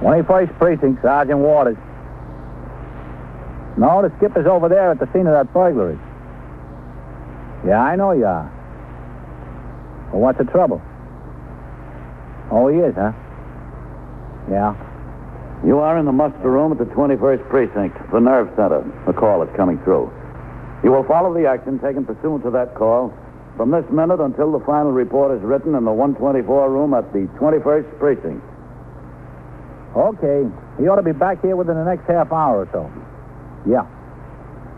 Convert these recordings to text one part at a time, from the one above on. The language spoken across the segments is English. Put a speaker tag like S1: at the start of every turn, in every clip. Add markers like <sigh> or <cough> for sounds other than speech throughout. S1: 21st Precinct, Sergeant Waters. No, the skipper's over there at the scene of that burglary. Yeah, I know you are. Well, what's the trouble? Oh, he is, huh? Yeah.
S2: You are in the muster room at the 21st Precinct, the nerve center. The call is coming through. You will follow the action taken pursuant to that call from this minute until the final report is written in the 124 room at the 21st Precinct.
S1: Okay. He ought to be back here within the next half hour or so. Yeah.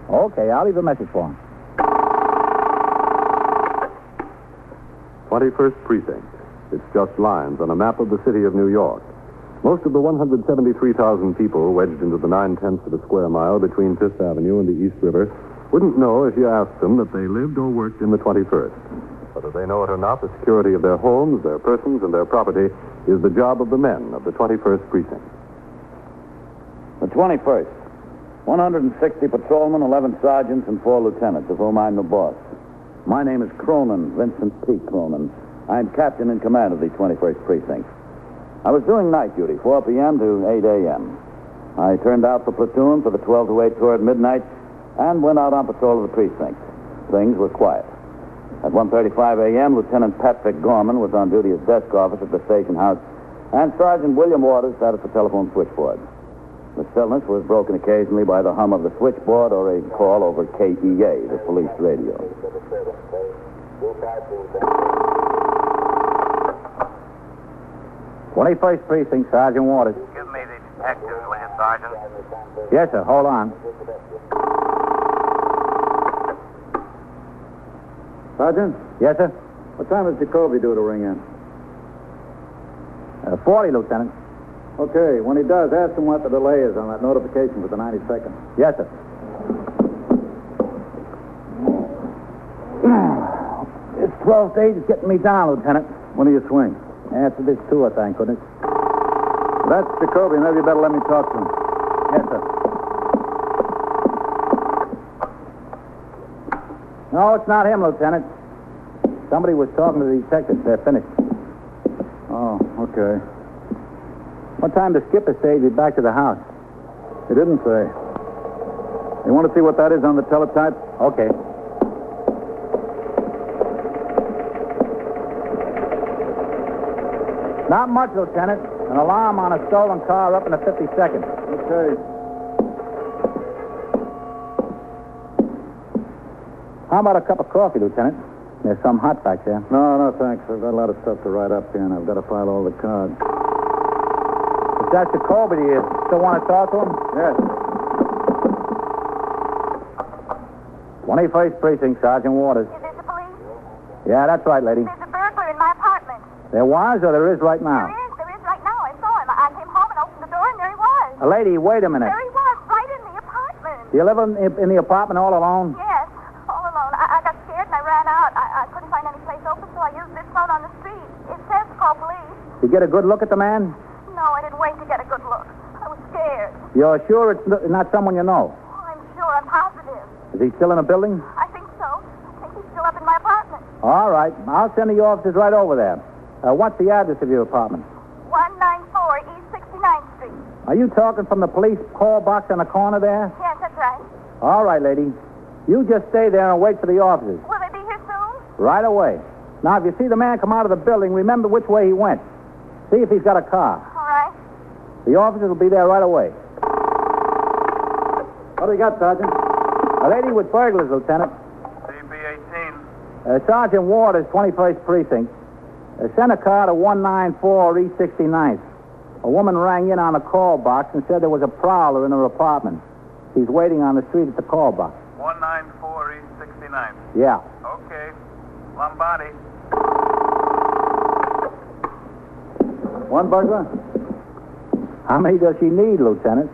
S1: Okay, I'll leave a message for him.
S3: 21st Precinct. It's just lines on a map of the city of New York. Most of the 173,000 people wedged into the nine-tenths of a square mile between Fifth Avenue and the East River wouldn't know if you asked them that they lived or worked in the 21st. Whether they know it or not, the security of their homes, their persons, and their property is the job of the men of the 21st Precinct.
S2: The 21st. 160 patrolmen, 11 sergeants, and four lieutenants, of whom I'm the boss. My name is Cronin, Vincent P. Cronin. I'm captain in command of the 21st Precinct. I was doing night duty, 4 p.m. to 8 a.m. I turned out the platoon for the 12 to 8 tour at midnight and went out on patrol of the precinct. Things were quiet. At 1.35 a.m., Lieutenant Patrick Gorman was on duty as desk officer at the station house, and Sergeant William Waters sat at the telephone switchboard. The stillness was broken occasionally by the hum of the switchboard or a call over KEA, the police radio.
S1: Twenty-first precinct, Sergeant Waters.
S4: Give me the detective, will you, Sergeant?
S1: Yes, sir. Hold on.
S2: Sergeant,
S1: Yes, sir.
S2: what time is Jacoby due to ring in?
S1: Uh, Forty, Lieutenant.
S2: Okay, when he does, ask him what the delay is on that notification for the 92nd.
S1: Yes,
S2: <clears throat>
S1: sir. This 12th stage is getting me down, Lieutenant.
S2: When do you swing?
S1: After this tour, thank goodness.
S2: That's Jacoby. Maybe you better let me talk to him.
S1: Yes, sir. No, it's not him, Lieutenant. Somebody was talking to the detectives. They're finished.
S2: Oh, okay.
S1: What time the skipper says he's back to the house?
S2: He didn't say. You want to see what that is on the teletype?
S1: Okay. Not much, Lieutenant. An alarm on a stolen car up in the 52nd.
S2: Okay.
S1: How about a cup of coffee, Lieutenant? There's some hot back there.
S2: No, no, thanks. I've got a lot of stuff to write up here, and I've got to file all the cards.
S1: If that's the Colby, do you still want to talk to him?
S2: Yes.
S1: 21st Precinct, Sergeant Waters.
S5: Is this the police?
S1: Yeah, that's right, lady.
S5: There's a burglar in my apartment.
S1: There was or there is right
S2: Oh.
S1: now?
S5: There is. There is right now. I saw him. I I came home and opened the door, and there he was.
S2: Oh,
S1: Uh, lady, wait a minute.
S5: There he was, right in the apartment.
S1: Do you live in, in the apartment all alone?
S5: Yes, all alone. I, I got scared and I ran out. I, I couldn't find any place open, so I used this phone on the street. It says to call police.
S1: You get a good look at the man?
S5: No, I didn't wait to get a good look. I was scared.
S1: You're sure it's n- not someone you know?
S5: Oh, I'm sure. I'm positive.
S1: Is he still in the building?
S5: I think so. I think he's still up in my apartment.
S1: All right. I'll send the officers right over there. Uh, what's the address of your apartment?
S5: 194 East 69th Street.
S1: Are you talking from the police call box on the corner there?
S5: Yes, that's right.
S1: All right, lady. You just stay there and wait for the officers.
S5: Will they be here soon?
S1: Right away. Now, if you see the man come out of the building, remember which way he went. See if he's got a car.
S5: All right.
S1: The officers will be there right away.
S2: What do you got, Sergeant?
S1: A lady with burglars, Lieutenant.
S4: CB 18.
S1: Uh, Sergeant Ward is 21st Precinct. Uh, sent a car to 194 East 69th. A woman rang in on the call box and said there was a prowler in her apartment. He's waiting on the street at the call box.
S4: 194 East 69.
S1: Yeah.
S4: E Okay. Lombardi.
S2: One burglar?
S1: How many does she need, Lieutenant?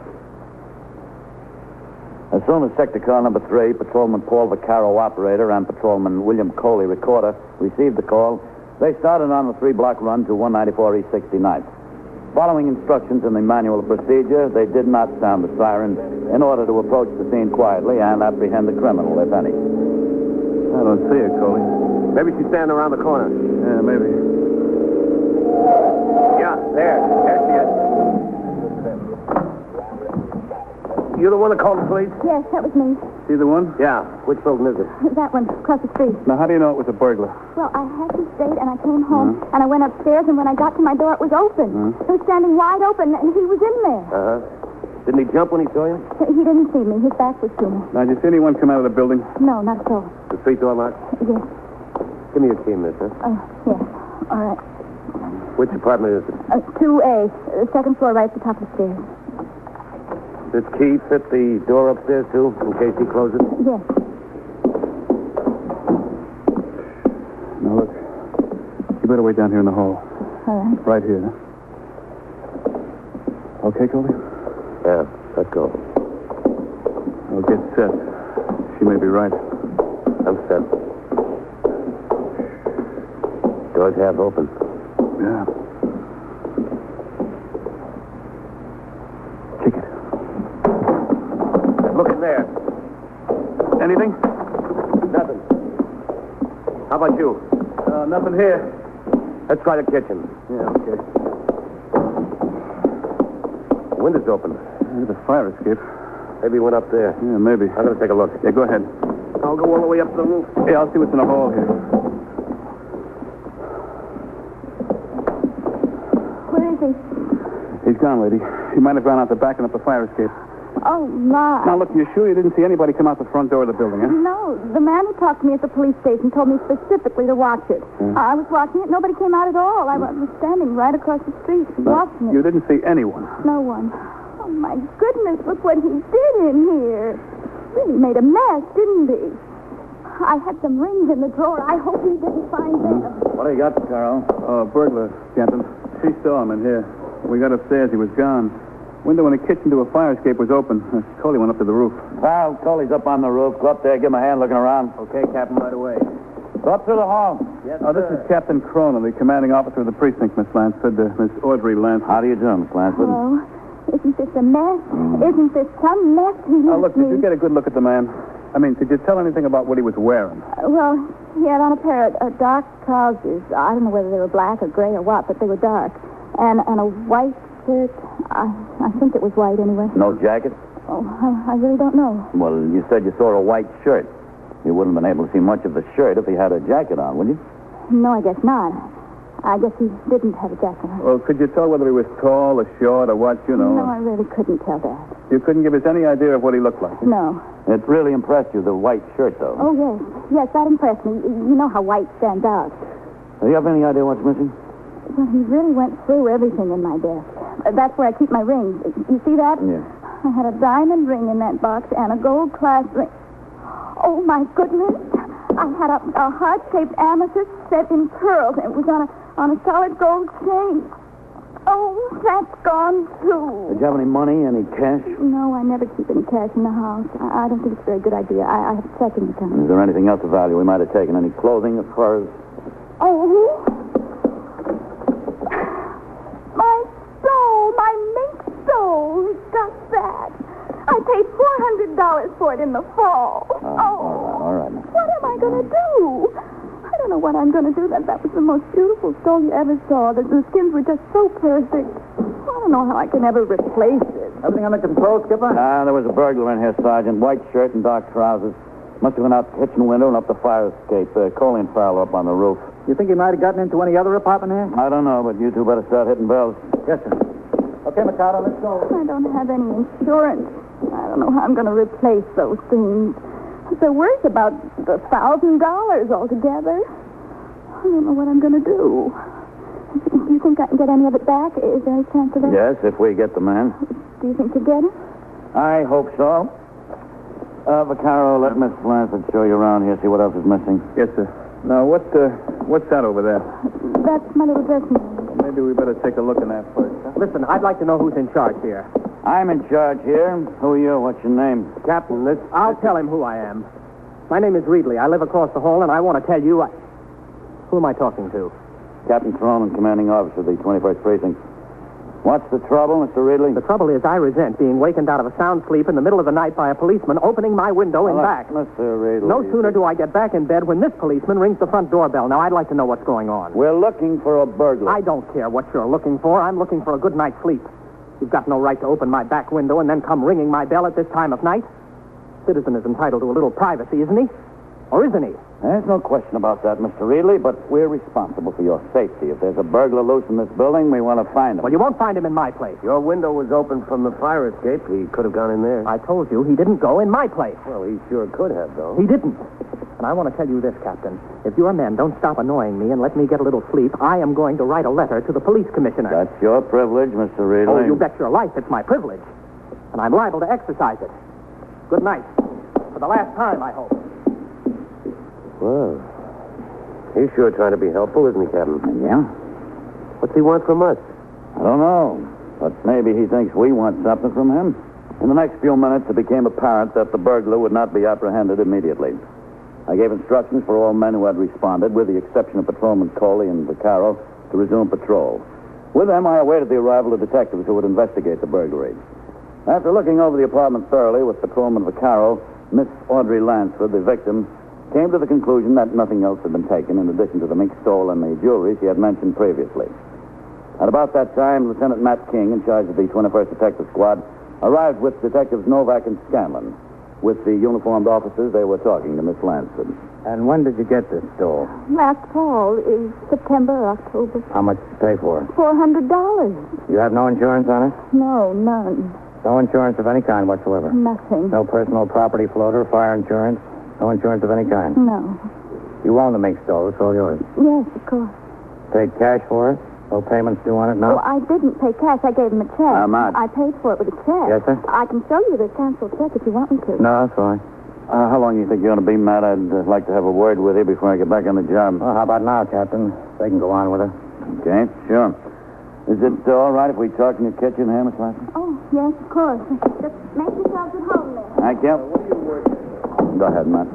S2: As soon as sector car number three, Patrolman Paul Vaccaro, operator, and Patrolman William Coley, recorder, received the call, they started on the three-block run to 194 East 69th. Following instructions in the manual of procedure, they did not sound the sirens in order to approach the scene quietly and apprehend the criminal, if any.
S3: I don't see her, Coley. Maybe she's standing around the corner. Yeah, maybe.
S4: Yeah, there. There she is.
S2: You the one that called the police?
S6: Yes, that was me.
S2: You the one? Yeah. Which building is it?
S6: That one, across the street.
S2: Now, how do you know it was a burglar?
S6: Well, I had to date, and I came home, and I went upstairs, and when I got to my door, it was open. It was standing wide open, and he was in there.
S2: Uh huh. Didn't he jump when he saw you?
S6: He didn't see me. His back was to me.
S2: Now, did you see anyone come out of the building?
S6: No, not at all.
S2: The street door locked?
S6: Yes.
S2: Give me your key, miss, huh?
S6: Oh, yes. All right.
S2: Which apartment is it?
S6: Uh, 2A, uh, second floor, right at the top of the stairs.
S2: This key fit the door upstairs, too, in case he closes?
S6: Yes.
S2: Now, look. You better wait down here in the hall.
S6: All right.
S2: Right here. Okay, Colby? Yeah, let go. I'll get set. She may be right. I'm set. Doors half open. Yeah. Kick it. Look in there. Anything? Nothing. How about you? Uh, nothing here. Let's try the kitchen. Yeah, okay. The window's open. There's a fire escape. Maybe went up there. Yeah, maybe. I'm gonna take a look. Yeah, go ahead. I'll go all the way up to the roof. Yeah, I'll see what's in the hall here.
S6: Where is he?
S2: He's gone, lady. He might have gone out the back and up the fire escape.
S6: Oh, my.
S2: Now, look, you're sure you didn't see anybody come out the front door of the building, huh?
S6: No, the man who talked to me at the police station told me specifically to watch it.
S2: Hmm.
S6: I was watching it. Nobody came out at all. I was standing right across the street watching it.
S2: You didn't see anyone.
S6: No one. Oh, my goodness, look what he did in here. Really made a mess, didn't he? I had some rings in the drawer. I hope he didn't find them.
S2: What do you got, Carl? Oh, burglar, Captain. She saw him in here. We got upstairs. He was gone. Window in the kitchen to a fire escape was open. Uh, Coley went up to the roof. Carl, Coley's up on the roof. Go up there, give him a hand looking around. Okay, Captain, right away. Go up through the hall. Yes, oh, this is Captain Cronin, the commanding officer of the precinct, Miss Lansford, uh, Miss Audrey Lansford. How do you do, Miss Lansford?
S6: Oh, isn't this a mess? Isn't this some mess he
S2: Hmm. Now,
S6: left
S2: look, did you
S6: me?
S2: get a good look at the man? I mean, did you tell anything about what he was wearing?
S6: Uh, Well, he had on a pair of uh, dark trousers. I don't know whether they were black or gray or what, but they were dark. And and a white shirt. I I think it was white anyway.
S2: No jacket?
S6: Oh, I, I really don't know.
S2: Well, you said you saw a white shirt. You wouldn't have been able to see much of the shirt if he had a jacket on, would you?
S6: No, I guess not. I guess he didn't have a jacket on.
S2: Well, could you tell whether he was tall or short or what, you
S6: No, I really couldn't tell that.
S2: You couldn't give us any idea of what he looked like.
S6: No.
S2: It really impressed you, the white shirt, though.
S6: Oh, yes. Yes, that impressed me. You know how white stands out.
S2: Do you have any idea what's missing?
S6: Well, he really went through everything in my desk. Uh, That's where I keep my rings. You see that?
S2: Yeah.
S6: I had a diamond ring in that box and a gold clasp ring. Oh, my goodness. I had a, a heart-shaped amethyst set in pearls, and it was on a, on a solid gold chain. Oh, that's gone, too.
S2: Did you have any money, any cash?
S6: No, I never keep any cash in the house. I, I don't think it's a very good idea. I, I have a checking account.
S2: Is there anything else of value we might have taken? Any clothing, or furs?
S6: Oh, my soul, my mink soul, he got that. I paid four hundred dollars for it in the fall. Oh,
S2: all right, all right.
S6: what am I gonna do? I don't know what I'm gonna do. That that was the most beautiful soul you ever saw. The, the skins were just so perfect. I don't know how I can ever replace it.
S5: Everything under control, Skipper?
S2: Ah, there was a burglar in here, Sergeant. White shirt and dark trousers. Must have been out the kitchen window and up the fire escape. Uh, Coley and Farrell up on the roof.
S5: You think he might have gotten into any other apartment here?
S2: I don't know, but you two better start hitting bells.
S5: Yes, sir. Okay, Mikado, let's go.
S6: I don't have any insurance. I don't know how I'm going to replace those things. They're worth about a thousand dollars altogether. I don't know what I'm going to do. Do you think I can get any of it back? Is there any chance of that?
S2: Yes, if we get the man.
S6: Do you think you get it?
S2: I hope so. Uh, Vaccaro, let Miss Blanford show you around here, see what else is missing. Yes, sir. Now, what, uh, what's that over there?
S6: That's my little dressing room.
S2: Maybe we better take a look in that first.
S7: Listen, I'd like to know who's in charge here.
S2: I'm in charge here. Who are you? What's your name?
S7: Captain, this. I'll tell him who I am. My name is Reedley. I live across the hall, and I want to tell you. I... Who am I talking to?
S2: Captain Cronin, commanding officer of the 21st Precinct. What's the trouble, Mr. Ridley?
S7: The trouble is, I resent being wakened out of a sound sleep in the middle of the night by a policeman opening my window and
S2: Look,
S7: back.
S2: Mr. Ridley.
S7: No sooner do I get back in bed when this policeman rings the front doorbell. Now, I'd like to know what's going on.
S2: We're looking for a burglar.
S7: I don't care what you're looking for. I'm looking for a good night's sleep. You've got no right to open my back window and then come ringing my bell at this time of night. Citizen is entitled to a little privacy, isn't he? Or isn't he?
S2: There's no question about that, Mr. Reedley, but we're responsible for your safety. If there's a burglar loose in this building, we want to find him.
S7: Well, you won't find him in my place.
S8: Your window was open from the fire escape. He could have gone in there.
S7: I told you he didn't go in my place.
S8: Well, he sure could have, though.
S7: He didn't. And I want to tell you this, Captain. If your men don't stop annoying me and let me get a little sleep, I am going to write a letter to the police commissioner.
S2: That's your privilege, Mr.
S7: oh,
S2: Reedley.
S7: you bet your life it's my privilege. And I'm liable to exercise it. Good night. For the last time, I hope.
S8: Well, he's sure trying to be helpful, isn't he, Captain?
S2: Yeah?
S8: What's he want from us?
S2: I don't know. But maybe he thinks we want something from him. In the next few minutes, it became apparent that the burglar would not be apprehended immediately. I gave instructions for all men who had responded, with the exception of Patrolmen Coley and Vaccaro, to resume patrol. With them, I awaited the arrival of detectives who would investigate the burglary. After looking over the apartment thoroughly with Patrolman Vaccaro, Miss Audrey Lansford, the victim, came to the conclusion that nothing else had been taken in addition to the mink stole and the jewelry she had mentioned previously. At about that time, Lieutenant Matt King, in charge of the 21st Detective Squad, arrived with Detectives Novak and Scanlon. With the uniformed officers, they were talking to Miss Lansford.
S5: And when did you get this store?
S6: Last fall is September, or October.
S5: How much did you pay for it?
S6: Four hundred dollars.
S5: You have no insurance on it?
S6: No, none.
S5: No insurance of any kind whatsoever.
S6: Nothing.
S5: No personal property floater, fire insurance, no insurance of any kind.
S6: No.
S5: You own the mink store, it's all yours.
S6: Yes, of course.
S5: Paid cash for it? No payments due on it now?
S6: Oh, I didn't pay cash. I gave him a check.
S2: How much?
S6: I paid for it with a check.
S5: Yes, sir?
S6: I can show you the canceled check if you want me to.
S5: No, that's all right.
S2: Uh, how long do you think you're going to be, Matt? I'd uh, like to have a word with you before I get back on the job.
S5: Well, how about now, Captain? They can go on with it.
S2: Okay, sure. Is it uh, all right if we talk in your kitchen, here, Miss Lansford?
S6: Oh, yes, of course. Just make yourselves at home there.
S2: Thank you. Go ahead, Matt.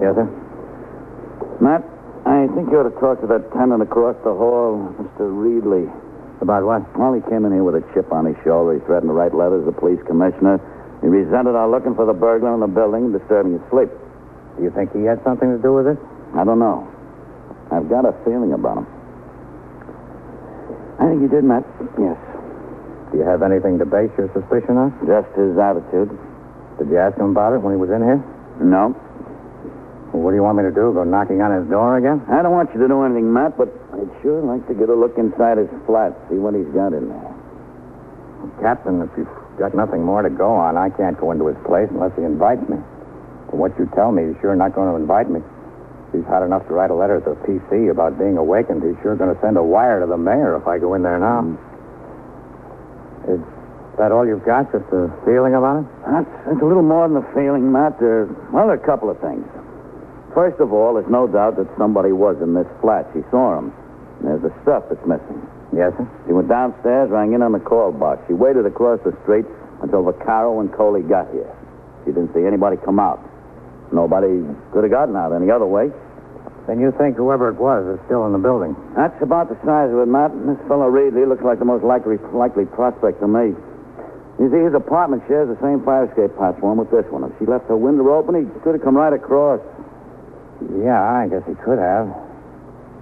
S5: Yes, sir?
S2: Matt, I think you ought to talk to that tenant across the hall, Mr. Reedley.
S5: About what?
S2: Well, he came in here with a chip on his shoulder. He threatened to write letters to the police commissioner. He resented our looking for the burglar in the building and disturbing his sleep.
S5: Do you think he had something to do with it?
S2: I don't know. I've got a feeling about him. I think he did, Matt. Yes.
S5: Do you have anything to base your suspicion on?
S2: Just his attitude.
S5: Did you ask him about it when he was in here?
S2: No.
S5: Well, what do you want me to do? Go knocking on his door again?
S2: I don't want you to do anything, Matt, but I'd sure like to get a look inside his flat, see what he's got in there.
S5: Captain, if you've got nothing more to go on, I can't go into his place unless he invites me. From what you tell me, he's sure not going to invite me. He's hot enough to write a letter to the PC about being awakened. He's sure going to send a wire to the mayor if I go in there now.
S2: Mm.
S5: Is that all you've got? Just a feeling about it?
S2: That's, that's a little more than a feeling, Matt. There, well, there are a couple of things. First of all, there's no doubt that somebody was in this flat. She saw him. And there's the stuff that's missing.
S5: Yes, sir.
S2: She went downstairs, rang in on the call box. She waited across the street until Vaccaro and Coley got here. She didn't see anybody come out. Nobody could have gotten out any other way.
S5: Then you think whoever it was is still in the building.
S2: That's about the size of it, Matt. And This fellow Reedley looks like the most likely, likely prospect to me. You see, his apartment shares the same fire escape platform with this one. If she left her window open, he could have come right across.
S5: Yeah, I guess he could have.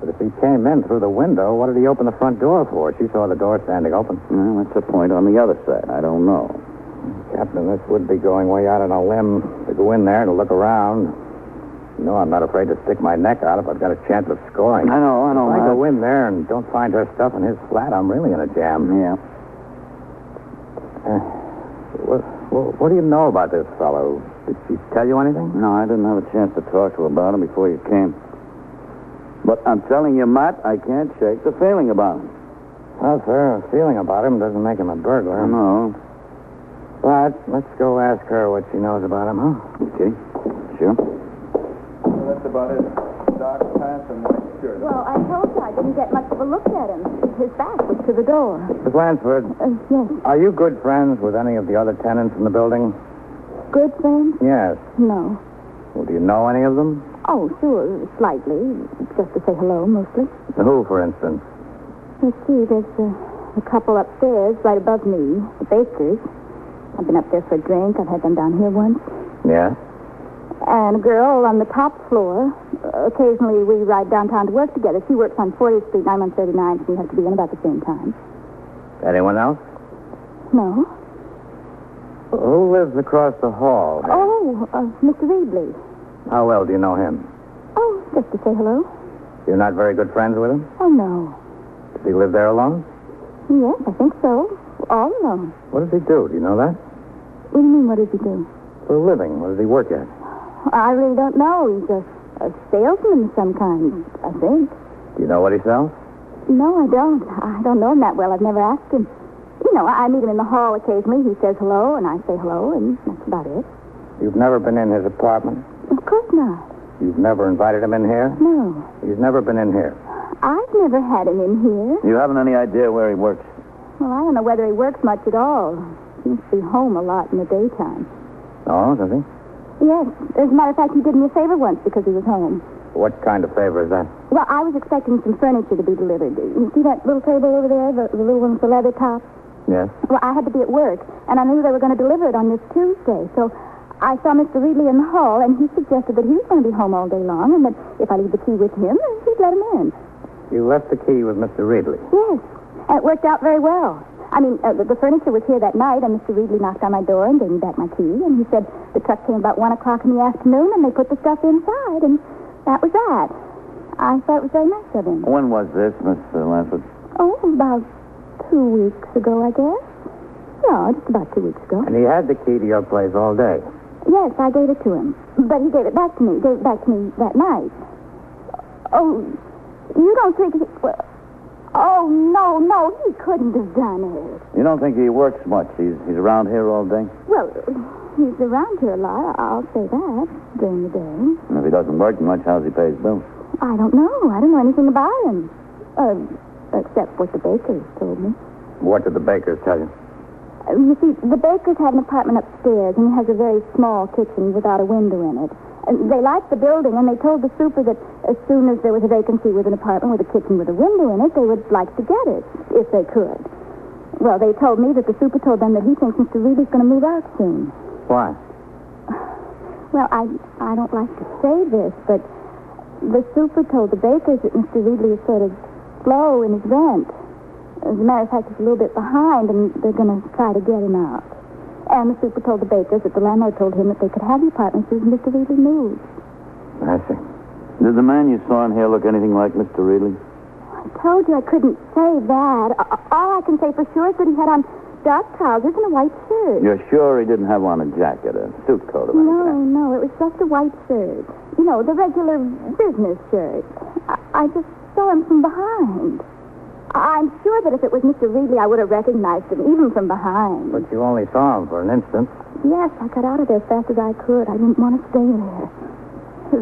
S5: But if he came in through the window, what did he open the front door for? She saw the door standing open.
S2: Well, that's a point on the other side. I don't know.
S5: Captain, this would be going way out on a limb to go in there to look around. You know, I'm not afraid to stick my neck out if I've got a chance of scoring.
S2: I know, I know.
S5: if I
S2: Matt.
S5: go in there and don't find her stuff in his flat, I'm really in a jam. Uh,
S2: Yeah.
S5: What, what, what do you know about this fellow? Did she tell you anything?
S2: No, I didn't have a chance to talk to her about him before you came. But I'm telling you, Matt, I can't shake the feeling about him.
S5: Well, sir, a feeling about him doesn't make him a burglar.
S2: know.
S5: But let's go ask her what she knows about him, huh?
S2: Okay. Sure.
S4: That's about it. Dark pants and white shirt.
S6: Well, I told you I didn't get much of a look at him. His back was to the door.
S5: Miss Lansford,
S6: Uh, yes,
S5: are you good friends with any of the other tenants in the building?
S6: good friends?
S5: Yes.
S6: No.
S5: Well, do you know any of them?
S6: Oh, sure, slightly, just to say hello mostly.
S5: Who, for instance?
S6: Let's see, there's uh, a couple upstairs right above me, the Bakers. I've been up there for a drink. I've had them down here once.
S5: Yes.
S6: and a girl on the top floor. Uh, Occasionally, we ride downtown to work together. She works on 40th Street, and I'm on 39th, and we have to be in about the same time.
S2: Anyone else?
S6: No?
S2: Who lives across the hall?
S6: Oh, uh, Mr. Reedley.
S2: How well do you know him?
S6: Oh, just to say hello.
S2: You're not very good friends with him?
S6: Oh, no.
S2: Does he live there alone?
S6: Yes, I think so. All alone.
S2: What does he do? Do you know that?
S6: What do you mean, what does he do?
S2: For a living, what does he work at?
S6: I really don't know. He's a, a salesman of some kind, I think.
S2: Do you know what he sells?
S6: No, I don't. I don't know him that well. I've never asked him. You know, I I meet him in the hall occasionally. He says hello, and I say hello, and that's about it.
S2: You've never been in his apartment.
S6: Of course not.
S2: You've never invited him in here.
S6: No.
S2: He's never been in here.
S6: I've never had him in here.
S2: You haven't any idea where he works.
S6: Well, I don't know whether he works much at all. He must be home a lot in the daytime.
S2: Oh, does he?
S6: Yes. As a matter of fact, he did me a favor once because he was home.
S2: What kind of favor is that?
S6: Well, I was expecting some furniture to be delivered. You see that little table over there, the, the little one with the leather top?
S2: Yes.
S6: Well, I had to be at work, and I knew they were going to deliver it on this Tuesday, so I saw Mr. Reedley in the hall, and he suggested that he was going to be home all day long, and that if I leave the key with him, he'd let him in.
S2: You left the key with Mr. Reedley.
S6: Yes, and it worked out very well. I mean, uh, the, the furniture was here that night, and Mr. Reedley knocked on my door and gave me back my key, and he said the truck came about 1 o'clock in the afternoon, and they put the stuff inside, and that was that. I thought it was very nice of him.
S2: When was this, Mr. Lansford?
S6: Oh, about two weeks ago, I guess. Yeah, just about two weeks ago.
S2: And he had the key to your place all day.
S6: Yes, I gave it to him. But he gave it back to me. Gave it back to me that night. Oh, you don't think he... Well, oh, no, no, he couldn't have done it.
S2: You don't think he works much? He's, he's around here all day?
S6: Well, he's around here a lot, I'll say that, during the day.
S2: And if he doesn't work much, how's he pays bills?
S6: I don't know. I don't know anything about him. Uh, except what the baker's told me.
S2: What did the bakers tell you?
S6: Uh, You see, the bakers have an apartment upstairs, and it has a very small kitchen without a window in it. And they liked the building, and they told the super that as soon as there was a vacancy with an apartment with a kitchen with a window in it, they would like to get it, if they could. Well, they told me that the super told them that he thinks Mr. Reedy's going to move out soon.
S2: Why?
S6: Well, I, I don't like to say this, but the super told the bakers that Mr. Reedley is sort of slow in his rent. As a matter of fact, he's a little bit behind, and they're going to try to get him out. And the super told the bakers that the landlord told him that they could have the apartment soon as Mr. Reedley moved.
S2: I see. Did the man you saw in here look anything like Mr. Reedley?
S6: I told you I couldn't say that. A- a- All I can say for sure is that he had on dark trousers and a white shirt.
S2: You're sure he didn't have on a jacket, a suit coat of any
S6: No,
S2: kind?
S6: no, it was just a white shirt. You know, the regular business shirt. I, I just saw him from behind. I- I'm sure that if it was Mr. Reedley, I would have recognized him, even from behind.
S2: But you only saw him for an instant.
S6: Yes, I got out of there as fast as I could. I didn't want to stay there.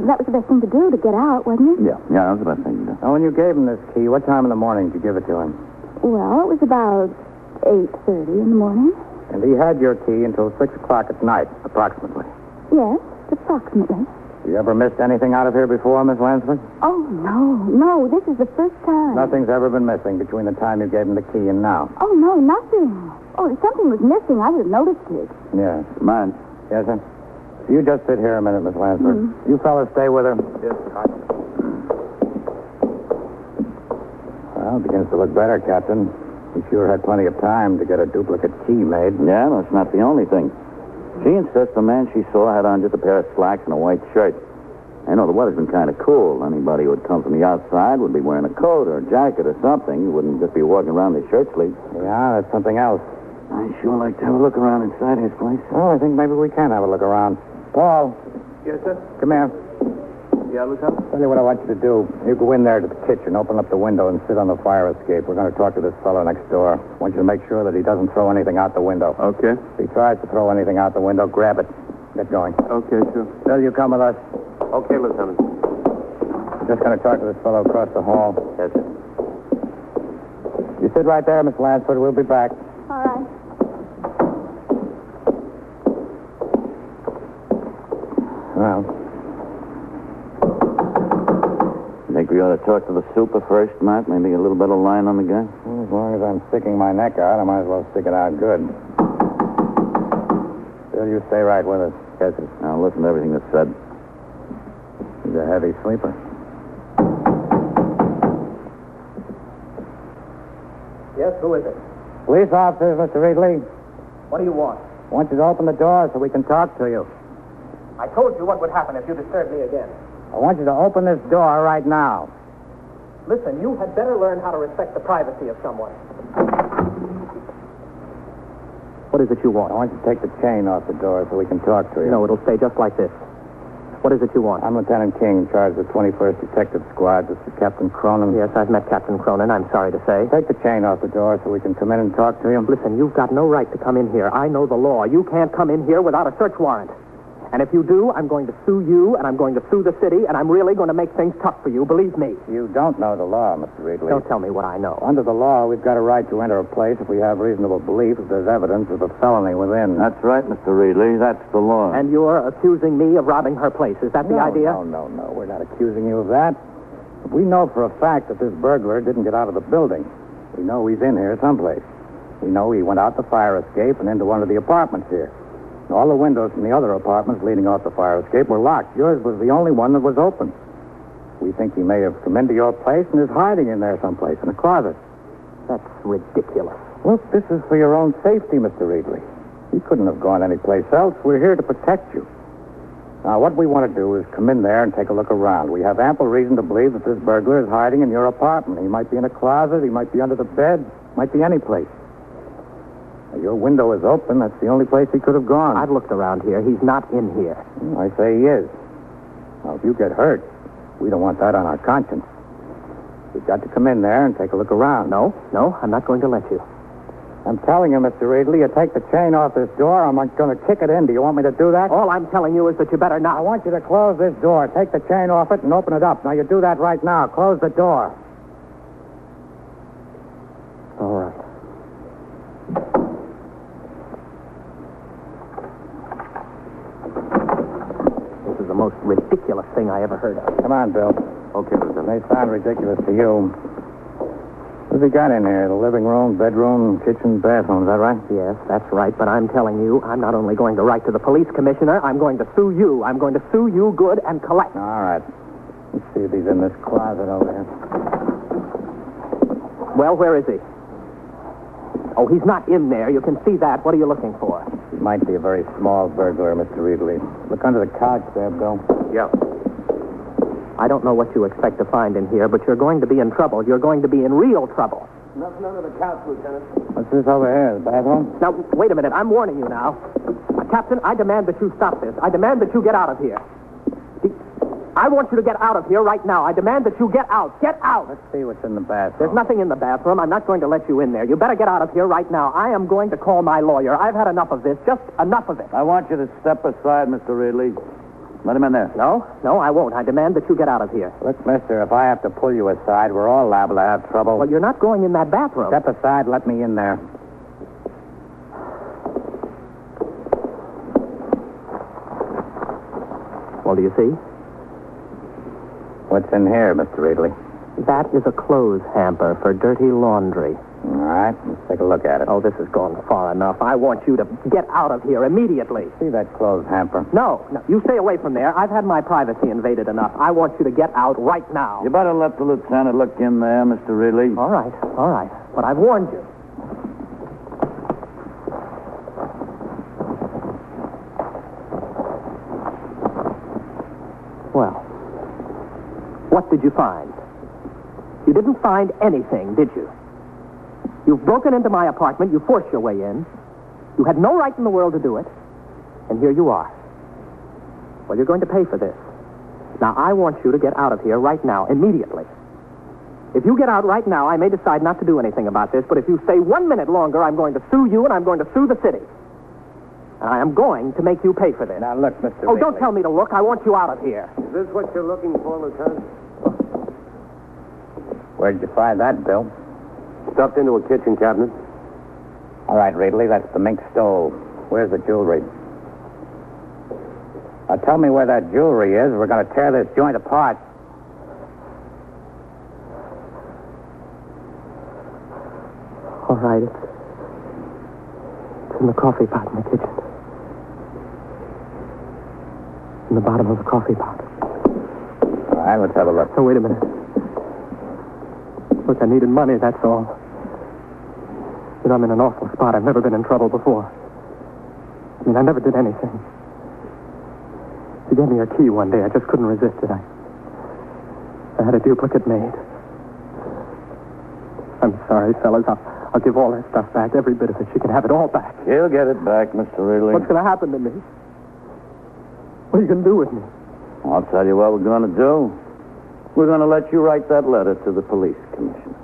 S6: That was the best thing to do, to get out, wasn't it?
S2: Yeah, yeah, that was the best thing to do. Now, when you gave him this key, what time in the morning did you give it to him?
S6: Well, it was about 8.30 in the morning.
S2: And he had your key until 6 o'clock at night, approximately.
S6: Yes, approximately.
S2: You ever missed anything out of here before, Miss Lansford?
S6: Oh, no, no, this is the first time.
S2: Nothing's ever been missing between the time you gave him the key and now.
S6: Oh, no, nothing. Oh, if something was missing, I would have noticed it.
S2: Yes. Mine. Yes, sir. You just sit here a minute, Miss Lansford. You fellas stay with her. Yes, Well, it begins to look better, Captain. We sure had plenty of time to get a duplicate key made. Yeah, that's not the only thing. She insists the man she saw had on just a pair of slacks and a white shirt. I know the weather's been kind of cool. Anybody who would come from the outside would be wearing a coat or a jacket or something. You wouldn't just be walking around in shirt sleeves. Yeah, that's something else. I sure like to have a look around inside his place. Well, I think maybe we can have a look around. Paul,
S4: Yes, sir?
S2: come here.
S4: Yeah, Lieutenant?
S2: Tell you what I want you to do. You go in there to the kitchen, open up the window, and sit on the fire escape. We're going to talk to this fellow next door. I want you to make sure that he doesn't throw anything out the window.
S4: Okay.
S2: If he tries to throw anything out the window, grab it. Get going.
S4: Okay, sure.
S2: Bill, you come with us.
S8: Okay, Lieutenant.
S2: Just going to talk to this fellow across the hall.
S8: Yes, sir.
S2: You sit right there, Miss Lansford. We'll be back.
S6: All right.
S2: Well.
S8: Think we ought to talk to the super first, Matt? Maybe a little bit of line on the guy?
S2: Well, As long as I'm sticking my neck out, I might as well stick it out good. Bill, you stay right with us.
S8: Yes, sir. Now, listen to everything that's said.
S3: a heavy sleeper.
S7: Yes, who is it?
S2: Police officers, Mr. Ridley.
S7: What do you want?
S2: Want you to open the door so we can talk to you.
S7: I told you what would happen if you disturbed me again.
S2: I want you to open this door right now.
S7: Listen, you had better learn how to respect the privacy of someone. What is it
S2: I
S7: you want?
S2: want you to take the chain off the door so we can talk to you.
S7: No, it'll stay just like this. What is it you want?
S2: I'm Lieutenant King, in charge of the 21st Detective Squad. This is Captain Cronin.
S7: Yes, I've met Captain Cronin, I'm sorry to say.
S2: Take the chain off the door so we can come in and talk to him.
S7: Listen, you've got no right to come in here. I know the law. You can't come in here without a search warrant. And if you do, I'm going to sue you, and I'm going to sue the city, and I'm really going to make things tough for you, believe me.
S2: You don't know the law, Mr. Ridley.
S7: Don't tell me what I know.
S2: Under the law, we've got a right to enter a place if we have reasonable belief that there's evidence of a felony within.
S3: That's right, Mr. Reedley. That's the law.
S7: And you're accusing me of robbing her place. Is that the
S2: no,
S7: idea?
S2: No, no, no. We're not accusing you of that. We know for a fact that this burglar didn't get out of the building. We know he's in here someplace. We know he went out the fire escape and into one of the apartments here. All the windows from the other apartments leading off the fire escape were locked. Yours was the only one that was open. We think he may have come into your place and is hiding in there someplace in a closet.
S7: That's ridiculous.
S2: Look, this is for your own safety, Mr. Reedley. You couldn't have gone anyplace else. We're here to protect you. Now, what we want to do is come in there and take a look around. We have ample reason to believe that this burglar is hiding in your apartment. He might be in a closet. He might be under the bed. Might be any place. Now, Your window is open. That's the only place he could have gone.
S7: I've looked around here. He's not in here.
S2: I say he is. Now, if you get hurt, we don't want that on our conscience. We've got to come in there and take a look around.
S7: No, no, I'm not going to let you.
S2: I'm telling you, Mr. Reedley, you take the chain off this door. I'm going to kick it in. Do you want me to do that?
S7: All I'm telling you is that you better
S2: I
S7: not.
S2: want you to close this door. Take the chain off it and open it up. Now, you do that right now. Close the door.
S7: All right. This is the most ridiculous thing I ever heard of.
S2: Come on, Bill. Okay, Lieutenant. May sound ridiculous to you. What's he got in here? The living room, bedroom, kitchen, bathroom. Is that right?
S7: Yes, that's right, but I'm telling you, I'm not only going to write to the police commissioner, I'm going to sue you. I'm going to sue you good and collect.
S2: All right. Let's see if he's in this closet over here.
S7: Well, where is he? Oh, he's not in there. You can see that. What are you looking for?
S2: He might be a very small burglar, Mr. Reedley. Look under the couch there, Bill.
S9: Yeah.
S7: I don't know what you expect to find in here, but you're going to be in trouble. You're going to be in real trouble.
S9: Nothing under the couch, Lieutenant.
S2: What's this over here? The bathroom?
S7: Now, wait a minute. I'm warning you now. Uh, Captain, I demand that you stop this. I demand that you get out of here. The- I want you to get out of here right now. I demand that you get out. Get out.
S2: Let's see what's in the bathroom.
S7: There's nothing in the bathroom. I'm not going to let you in there. You better get out of here right now. I am going to call my lawyer. I've had enough of this. Just enough of it.
S3: I want you to step aside, Mr. Reedley. Let him in there.
S7: No, no, I won't. I demand that you get out of here.
S2: Look, mister, if I have to pull you aside, we're all liable to have trouble.
S7: Well, you're not going in that bathroom.
S2: Step aside, let me in there.
S7: Well, do you see?
S2: What's in here, Mr. Reedley?
S7: That is a clothes hamper for dirty laundry.
S2: All right, let's take a look at it.
S7: Oh, this has gone far enough. I want you to get out of here immediately.
S2: See that clothes hamper?
S7: No, no, you stay away from there. I've had my privacy invaded enough. I want you to get out right now.
S3: You better let the lieutenant look in there, Mr. Reedley.
S7: All right, all right. But I've warned you. Well, what did you find? You didn't find anything, did you? You've broken into my apartment. You forced your way in. You had no right in the world to do it. And here you are. Well, you're going to pay for this. Now, I want you to get out of here right now, immediately. If you get out right now, I may decide not to do anything about this, but if you stay one minute longer, I'm going to sue you and I'm going to sue the city. And I am going to make you pay for this.
S2: Now, look, Mr.
S7: oh, don't tell me to look. I want you out of here.
S9: Is this what you're looking for, Lieutenant?
S2: Where'd you find that, Bill?
S9: Stuffed into a kitchen cabinet.
S2: All right, Reedley, that's the mink stole. Where's the jewelry? Now, tell me where that jewelry is. We're going to tear this joint apart.
S7: All right. It's, it's in the coffee pot in the kitchen. In the bottom of the coffee pot.
S2: right, let's have a look.
S7: So wait a minute. Look, I needed money, that's all. You know, I'm in an awful spot. I've never been in trouble before. I mean, I never did anything. She gave me her key one day. I just couldn't resist it. I, I had a duplicate made. I'm sorry, fellas. I'll, I'll give all that stuff back, every bit of it. She can have it all back.
S2: You'll get it back, Mr. Ridley.
S7: What's going to happen to me? What are you going to do with me?
S2: I'll tell you what we're going to do. We're going to let you write that letter to the police commissioner.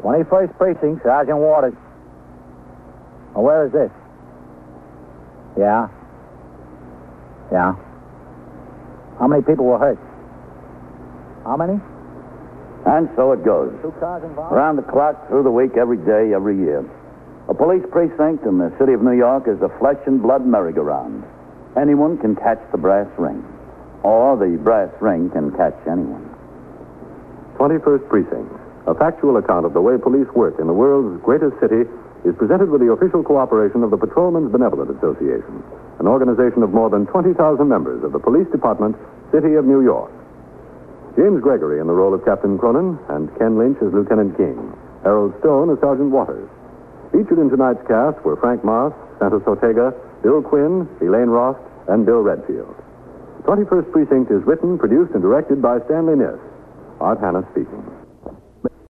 S5: Twenty-first precinct, Sergeant Waters. Now, where is this? Yeah. Yeah. How many people were hurt? How many?
S2: And so it goes.
S5: Two cars involved.
S2: Around the clock, through the week, every day, every year. A police precinct in the city of New York is a flesh and blood merry-go-round. Anyone can catch the brass ring, or the brass ring can catch anyone.
S3: 21st Precinct, a factual account of the way police work in the world's greatest city, is presented with the official cooperation of the Patrolmen's Benevolent Association, an organization of more than 20,000 members of the Police Department, City of New York. James Gregory in the role of Captain Cronin, and Ken Lynch as Lieutenant King, Harold Stone as Sergeant Waters. Featured in tonight's cast were Frank Moss, Santos Ortega, Bill Quinn, Elaine Rost, and Bill Redfield. 21st Precinct is written, produced, and directed by Stanley Niss. Art Hannah speaking.